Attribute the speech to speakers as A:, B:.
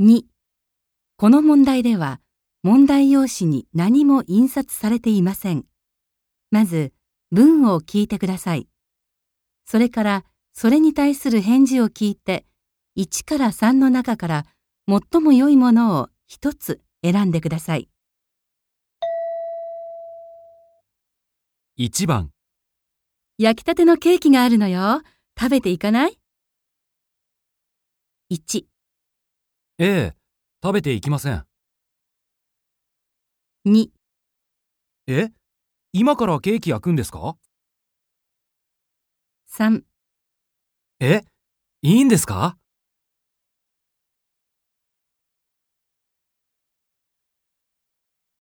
A: 2この問題では問題用紙に何も印刷されていません。まず文を聞いてください。それからそれに対する返事を聞いて1から3の中から最も良いものを1つ選んでください。
B: 1番、
A: 焼きたてのケーキがあるのよ。食べていかない ?1、
B: ええ、食べていきません。
A: 2、
B: え今からケーキ焼くんですか
A: 3
B: えいいんですか